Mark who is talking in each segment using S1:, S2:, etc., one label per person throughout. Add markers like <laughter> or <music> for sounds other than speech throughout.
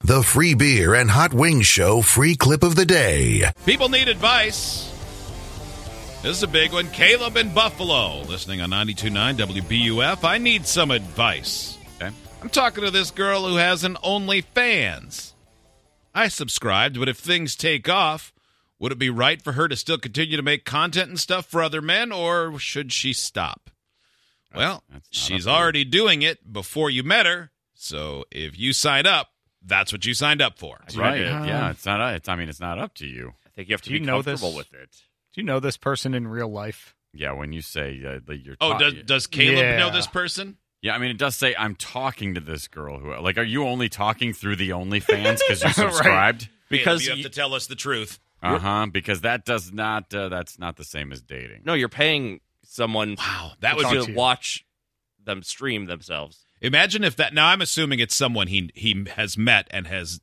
S1: The free beer and hot wings show free clip of the day.
S2: People need advice. This is a big one. Caleb in Buffalo, listening on 92.9 WBUF. I need some advice. Okay? I'm talking to this girl who has an OnlyFans. I subscribed, but if things take off, would it be right for her to still continue to make content and stuff for other men, or should she stop? Well,
S3: That's- that's not
S2: she's
S3: up to you.
S2: already doing it before you met her, so if you sign up, that's what you signed up for.
S3: That's right.
S4: Um,
S3: yeah, it's not. It's, I mean, it's not up to you.
S5: I think you have to
S4: Do you
S5: be
S4: know
S5: comfortable
S4: this?
S5: with it.
S4: Do you know this person in real life?
S3: Yeah, when you say uh, that you're.
S2: Oh,
S3: ta-
S2: does, does Caleb
S4: Yeah.
S2: know this person?
S3: yeah, I mean, it does say I'm talking to this girl who. Like, are you only talking through the OnlyFans
S2: <laughs>
S3: because you
S4: Right.
S3: subscribed?
S5: Because
S2: you have
S5: you-
S2: to tell us the truth.
S3: Uh huh. Because that does not. Uh, that's not the same as dating.
S5: No, you're paying someone
S2: Wow, that
S4: was-
S2: would
S4: Talk
S5: to,
S4: to you.
S5: watch them stream themselves.
S2: imagine if that. Now I'm assuming it's someone he he has met and has.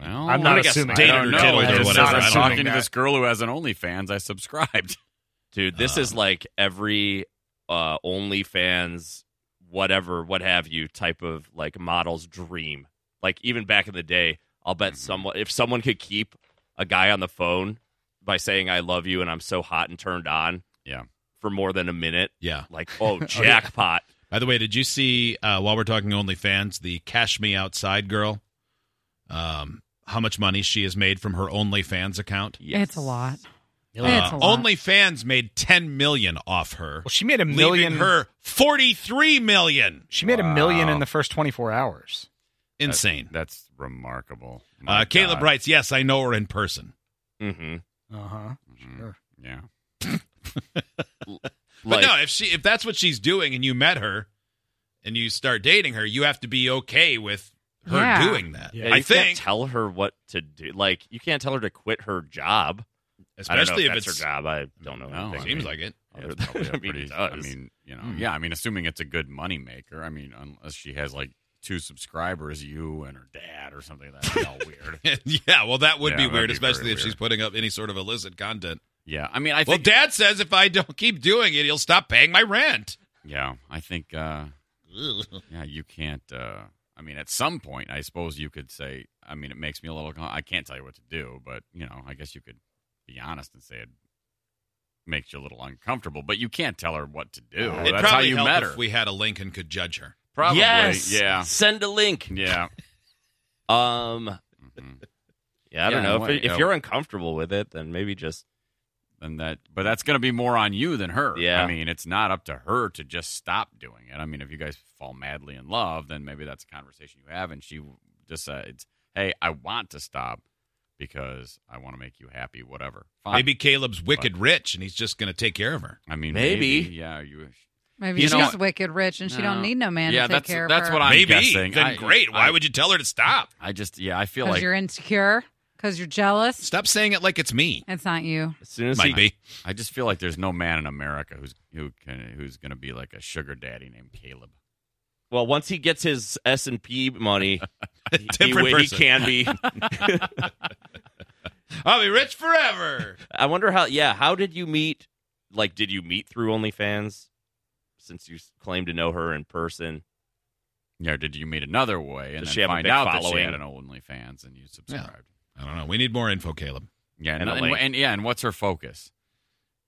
S3: Well,
S4: I'm not
S5: I guess
S4: assuming.
S2: dated
S3: Oh, I
S4: I
S3: don't
S2: or
S3: know.
S2: diddled
S3: It's
S2: or
S3: just
S2: whatever.
S3: not,
S2: I
S3: I'm
S2: don't
S3: talking to
S4: know.
S3: this girl who has an OnlyFans. I subscribed. <laughs>
S5: Dude, this is
S2: Um.
S5: like every uh OnlyFans, whatever, what have you, type of like model's dream. Like even back in the day, I'll bet
S3: Mhm.
S5: someone if someone could keep a guy on the phone by saying I love you and I'm so hot and turned on.
S3: Yeah.
S5: For more than a minute.
S2: Yeah.
S5: Like, oh jackpot.
S2: By the way, did you see uh, while we're talking OnlyFans the Cash Me Outside girl? Um, how much money she has made from her OnlyFans account?
S5: Yes.
S6: It's a lot.
S2: Uh,
S6: It's a lot.
S2: OnlyFans made 10 million off her,
S4: Well, she made a
S2: leaving
S4: million.
S2: her 43 million.
S4: she made a million
S3: Wow.
S4: in the first 24 hours.
S2: Insane.
S3: That's remarkable. My
S2: Uh, Caleb
S3: God.
S2: writes, "Yes, I know her in person."
S5: Mm-hmm.
S4: Uh huh.
S3: Mhm.
S4: Sure.
S3: Yeah.
S2: but no, if she if that's what she's doing and you met her and you start dating her, you have to be okay with her
S6: Yeah.
S2: doing that.
S4: Yeah,
S5: Yeah,
S2: I
S5: you
S2: think,
S5: can't tell her what to do. Like you can't tell her to quit her job.
S2: especially
S5: I don't know
S2: if
S5: if, that's
S2: it's
S5: her job. I don't know.
S3: No,
S5: anything.
S3: I
S2: seems
S3: mean-
S2: like it. <laughs>
S5: Yeah,
S3: That's
S5: that-
S3: probably a
S5: <laughs> I mean,
S3: pretty-
S5: it
S3: I
S5: does.
S3: mean, you know,
S2: Hmm.
S3: yeah. I mean, assuming it's a good money maker. I mean, unless she has like two subscribers, you and her dad or something. That's all weird.
S2: yeah, well, that would
S3: Yeah,
S2: be weird,
S3: that'd be very
S2: especially if she's
S3: weird.
S2: putting up any sort of illicit content.
S3: Yeah, I mean, I
S2: well,
S3: think.
S2: Dad says if I don't keep doing it, he'll stop paying my rent.
S3: yeah, I think. uh Yeah, you can't. uh I mean, at some point, I suppose you could say. I mean, it makes me a little. con- I can't tell you what to do, but you know, I guess you could be honest and say it makes you a little uncomfortable. But you can't tell her what to do.
S5: It'd
S2: It'd
S3: That's how
S2: probably
S3: you
S2: help
S3: met
S2: if
S3: her.
S2: we had a link and could judge her.
S3: Probably.
S5: Yes.
S3: Yeah.
S5: Send a link.
S3: <laughs> Yeah.
S5: Um.
S3: Mhm.
S5: Yeah. I
S3: Yeah,
S5: don't know.
S3: no
S5: if,
S3: way.
S5: if
S3: No.
S5: you're uncomfortable with it, then maybe just
S3: and that but that's going to be more on you than her
S5: Yeah.
S3: i mean it's not up to her to just stop doing it i mean if you guys fall madly in love then maybe that's a conversation you have and she decides hey i want to stop because i want to make you happy whatever Fine.
S2: Maybe Caleb's wicked rich and he's just going to take care of her.
S3: i mean
S5: Maybe.
S3: yeah you
S6: Maybe
S3: You
S6: she's
S3: know what?
S6: wicked rich and she
S3: No.
S6: don't need no man
S3: yeah
S6: to take
S3: that's
S6: care of
S3: that's
S6: her.
S3: what i'm
S2: Maybe.
S3: guessing
S2: Then
S3: I-
S2: great. Why
S3: I-
S2: would you tell her to stop?
S3: i just yeah i feel
S6: Because
S3: like
S6: you're insecure. Because you're jealous.
S2: Stop saying it like it's me.
S6: It's not you.
S5: as soon as he
S2: Might be.
S3: i just feel like there's no man in america who's who can who's going to be like a sugar daddy named caleb
S5: well, once he gets his S and P
S2: <laughs>
S5: money, he, he,
S2: Different
S5: wi- he
S2: person.
S5: can
S2: <laughs>
S5: be.
S2: I'll be rich
S3: <laughs>
S2: forever.
S5: I wonder how. Yeah. How did you meet? Like, did you meet through OnlyFans? Since you s- claim to know her in person,
S3: Yeah, or did you meet another way and
S5: Does
S3: then
S5: she have a
S3: find
S5: big
S3: out that she
S5: following?
S3: had an OnlyFans and you subscribed?
S2: I don't know. We need more info, Caleb.
S3: Yeah, and,
S5: And a
S3: and,
S5: link.
S3: and- yeah, and what's her focus?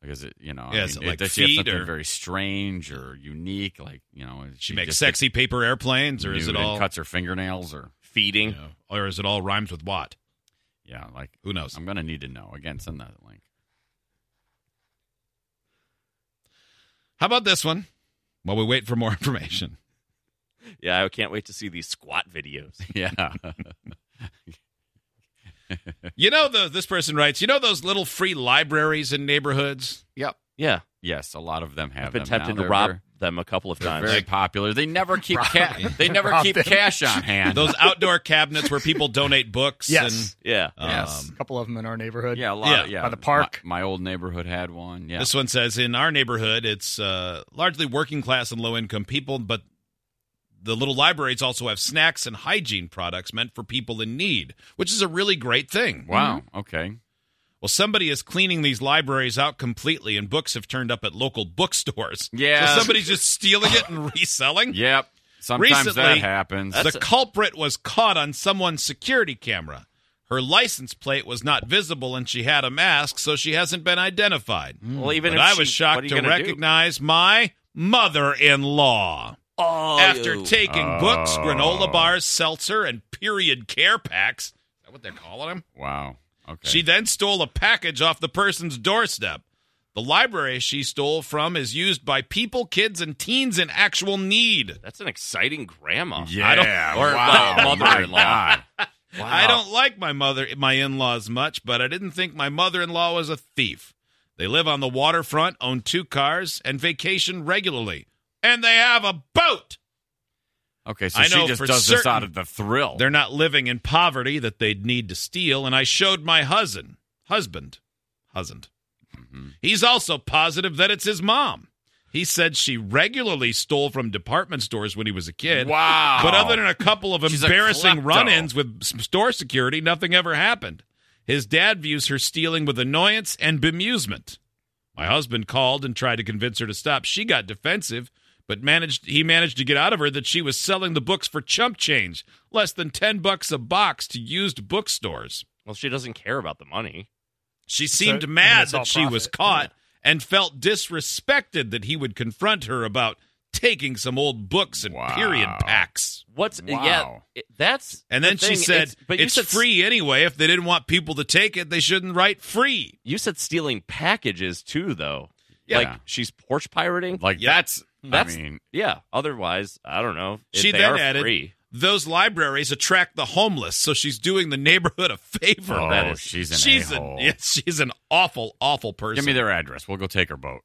S3: Because it, you know, I
S2: Yeah, is
S3: mean,
S2: it like
S3: does she have
S2: feet
S3: something
S2: or-
S3: very strange or unique? Like you know, is
S2: She, makes
S3: just
S2: sexy paper airplanes,
S3: gets
S2: or is
S3: nude
S2: it
S3: and
S2: all
S3: cuts her fingernails or
S5: feeding.
S2: you know, or is it all rhymes with what?
S3: yeah? Like
S2: Who knows?
S3: I'm gonna need to know again. Send that link. <laughs>
S2: How about this one? While we wait for more <laughs>
S3: <laughs>
S2: information,
S5: Yeah, I can't wait to see these squat videos.
S3: Yeah, <laughs>
S2: you know the this person writes. You know those little free libraries in neighborhoods.
S5: Yeah,
S3: yes, a lot of them have.
S5: I've been
S3: them now.
S5: tempted to
S3: They're
S5: rob
S3: very-
S5: them a couple of
S3: They're
S5: times.
S3: very popular. They never keep
S4: Rob-
S3: ca- they never
S4: rob
S3: keep
S4: them.
S2: <laughs>
S3: cash on hand. <laughs>
S2: Those outdoor cabinets where people donate books.
S4: Yes.
S5: yeah.
S2: And, um,
S3: Yes.
S4: a couple of them in our neighborhood.
S3: yeah, a lot.
S2: Yeah.
S3: of- yeah.
S4: By the park.
S3: My, my old neighborhood had one. Yeah,
S2: This one says in our neighborhood, it's uh, largely working class and low income people, but the little libraries also have snacks and hygiene products meant for people in need, which is a really great thing.
S3: wow. Okay.
S2: Well, somebody is cleaning these libraries out completely, and books have turned up at local bookstores.
S3: Yeah.
S2: So somebody's just stealing it and reselling.
S3: Yep. Sometimes that
S2: Recently,
S3: happens.
S5: That's
S2: the
S5: a-
S2: culprit was caught on someone's security camera. Her license plate was not visible and she had a mask, so she hasn't been identified.
S5: Well, Mm. even
S2: But
S5: if
S2: I
S5: she-
S2: was
S5: what are
S2: shocked
S5: you
S2: to
S5: gonna do?
S2: recognize my mother in law.
S5: Oh,
S2: After
S5: you-
S2: taking books,
S3: Oh.
S2: granola bars, seltzer, and period care packs. Is that what they're calling them?
S3: wow. Okay.
S2: She then stole a package off the person's doorstep. The library she stole from is used by people, kids, and teens in actual need.
S5: that's an exciting grandma.
S3: yeah.
S2: I don't-
S5: or
S3: wow,
S5: my mother-in-law.
S3: my God.
S5: Wow.
S2: I don't like my mother, my in-laws much, but I didn't think my mother-in-law was a thief. They live on the waterfront, own two cars, and vacation regularly, and they have a boat.
S3: Okay, so
S2: I
S3: she
S2: know
S3: just
S2: for
S3: does this out
S2: certain
S3: of the thrill.
S2: They're not living in poverty that they'd need to steal, and I showed my husband, husband, husband.
S3: Mhm.
S2: He's also positive that it's his mom. He said she regularly stole from department stores when he was a kid.
S3: Wow.
S2: But other than a couple of
S3: She's a
S2: embarrassing
S3: klepto.
S2: run ins with s- store security, nothing ever happened. His dad views her stealing with annoyance and bemusement. My husband called and tried to convince her to stop. She got defensive, but managed he managed to get out of her that she was selling the books for chump change, less than 10 bucks a box to used bookstores.
S5: Well, she doesn't care about the money.
S2: She
S4: It's
S2: seemed
S4: a- I mean,
S2: mad
S4: it's all
S2: that she was
S4: profit,
S2: caught and felt disrespected that he would confront her about taking some old books and
S3: Wow.
S2: period packs.
S5: What's uh, yeah?
S3: Wow.
S5: it- that's
S2: And
S5: the
S2: then she
S5: thing,
S2: said,
S5: it's- "But you
S2: it's
S5: said s-
S2: free anyway. If they didn't want people to take it, they shouldn't write free.
S5: You said stealing packages too, though.
S2: Yeah.
S5: Like she's porch pirating.
S3: like
S2: Yeah.
S3: that's
S5: That's-
S3: I mean,
S5: yeah. Otherwise, I don't know. If
S2: She
S5: they
S2: then
S5: are
S2: added,
S5: free.
S2: Those libraries attract the homeless, so she's doing the neighborhood a favor.
S3: oh,
S5: that is-
S3: she's an
S2: she's
S3: a-hole.
S2: an, yeah, she's an awful, awful person.
S3: Give me their address. We'll go take her boat.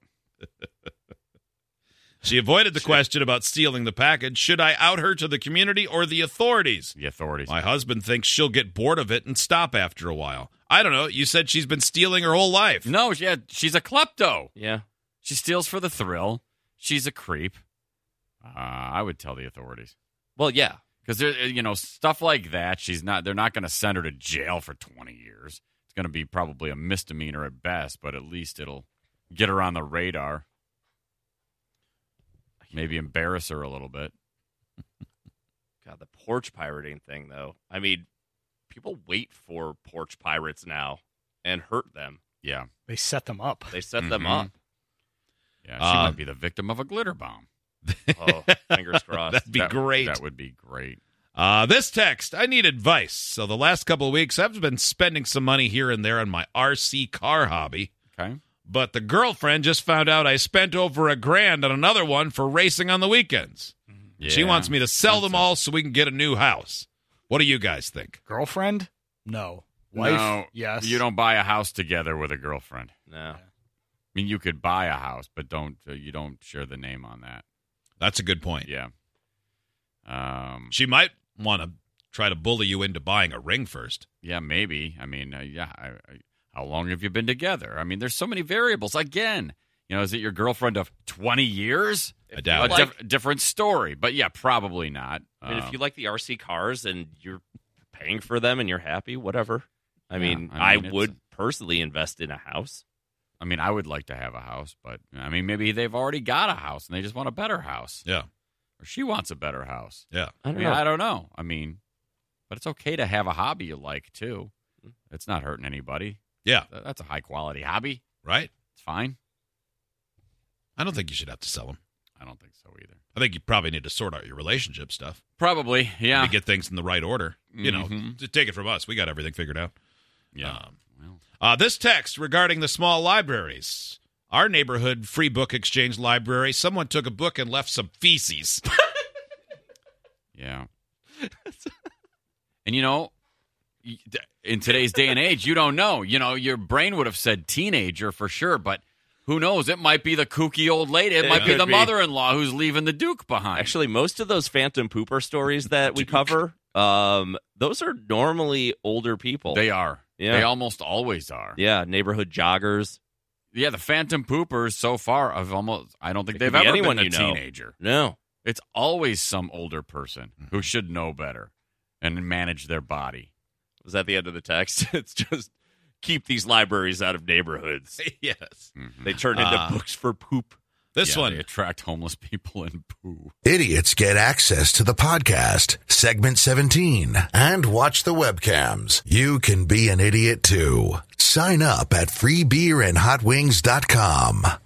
S2: she avoided the question about stealing the package. Should I out her to the community or the authorities?
S3: The authorities.
S2: My husband thinks she'll get bored of it and stop after a while. I don't know. You said she's been stealing her whole life.
S3: No, she had, she's a klepto.
S5: Yeah.
S3: She steals for the thrill. She's a creep. Uh, I would tell the authorities
S5: Well, yeah.
S3: because there, you know, stuff like that. She's not. They're not going to send her to jail for twenty years. It's going to be probably a misdemeanor at best, but at least it'll get her on the radar. Maybe embarrass her a little bit.
S5: God, the porch pirating thing, though. I mean, people wait for porch pirates now and hurt them.
S3: Yeah,
S4: They set them up.
S5: They set them
S3: Mhm.
S5: up.
S3: yeah. She
S2: Um,
S3: might be the victim of a glitter bomb.
S5: Oh,
S3: <laughs>
S5: fingers crossed.
S2: That'd be
S3: That-
S2: great.
S3: That would be great.
S2: Uh, this text, I need advice. So the last couple of weeks, I've been spending some money here and there on my RC car hobby,
S3: Okay.
S2: but the girlfriend just found out I spent over a grand on another one for racing on the weekends. She
S3: Yeah.
S2: wants me to sell them
S3: That's a-
S2: all so we can get a new house. What do you guys think?
S4: Girlfriend? No. Wife?
S3: No,
S4: yes.
S3: You don't buy a house together with a girlfriend.
S5: no.
S3: I mean, you could buy a house, but don't uh, you don't share the name on that.
S2: That's a good point.
S3: Yeah. Um.
S2: She might want to try to bully you into buying a ring first.
S3: Yeah. Maybe. I mean. Uh, yeah. I, I, how long have you been together? I mean, there's so many variables. Again, you know, is it your girlfriend of 20 years?
S2: I doubt
S3: a
S2: it.
S5: like-
S3: diff- different story. But yeah, probably not.
S5: I mean,
S3: Um,
S5: if you like the RC cars and you're paying for them and you're happy, whatever. I
S3: Yeah,
S5: mean,
S3: I
S5: I,
S3: mean, it's-
S5: would personally invest in a house.
S3: I mean, I would like to have a house, but I mean, maybe they've already got a house and they just want a better house,
S2: Yeah.
S3: or she wants a better house.
S2: Yeah.
S5: I
S3: I,
S5: don't
S3: mean,
S5: know.
S3: I don't know. I mean, but it's okay to have a hobby you like too. It's not hurting anybody.
S2: Yeah.
S3: Th- That's a high quality hobby.
S2: Right?
S3: It's fine.
S2: I don't think you should have to sell them.
S3: I don't think so either.
S2: I think you probably need to sort out your relationship stuff.
S3: Probably. Yeah.
S2: To get things in the right order. You know,
S3: Mhm.
S2: to take it from us. We got everything figured out.
S3: yeah.
S2: Um,
S3: well,
S2: Uh, this text regarding the small libraries. Our neighborhood free book exchange library, someone took a book and left some feces. <laughs>
S3: yeah. and you know, y- d- in today's day and age, you don't know. You know, your brain would have said teenager for sure, but who knows? It might be the kooky old lady. It,
S5: It
S3: might be
S5: could
S3: the
S5: be.
S3: mother-in-law who's leaving the Duke behind.
S5: Actually, most of those phantom pooper stories that
S3: <laughs>
S5: we cover, um, those are normally older people.
S3: they are.
S5: Yeah.
S3: They almost always are.
S5: yeah, neighborhood joggers.
S3: Yeah, the Phantom Poopers so far have almost. I don't think
S5: It
S3: they've
S5: could be
S3: ever
S5: anyone
S3: been a
S5: you know.
S3: teenager.
S5: No,
S3: It's always some older person
S5: Mm-hmm.
S3: who should know better and manage their body.
S5: was that the end of the text? <laughs> It's just keep these libraries out of neighborhoods.
S2: yes.
S5: They turn into
S2: Ah.
S5: books for poop.
S2: This
S3: Yeah,
S2: one.
S3: they attract homeless <laughs> people and poo.
S1: Idiots get access to the podcast, segment 17, and watch the webcams. You can be an idiot too. Sign up at freebeerandhotwings.com.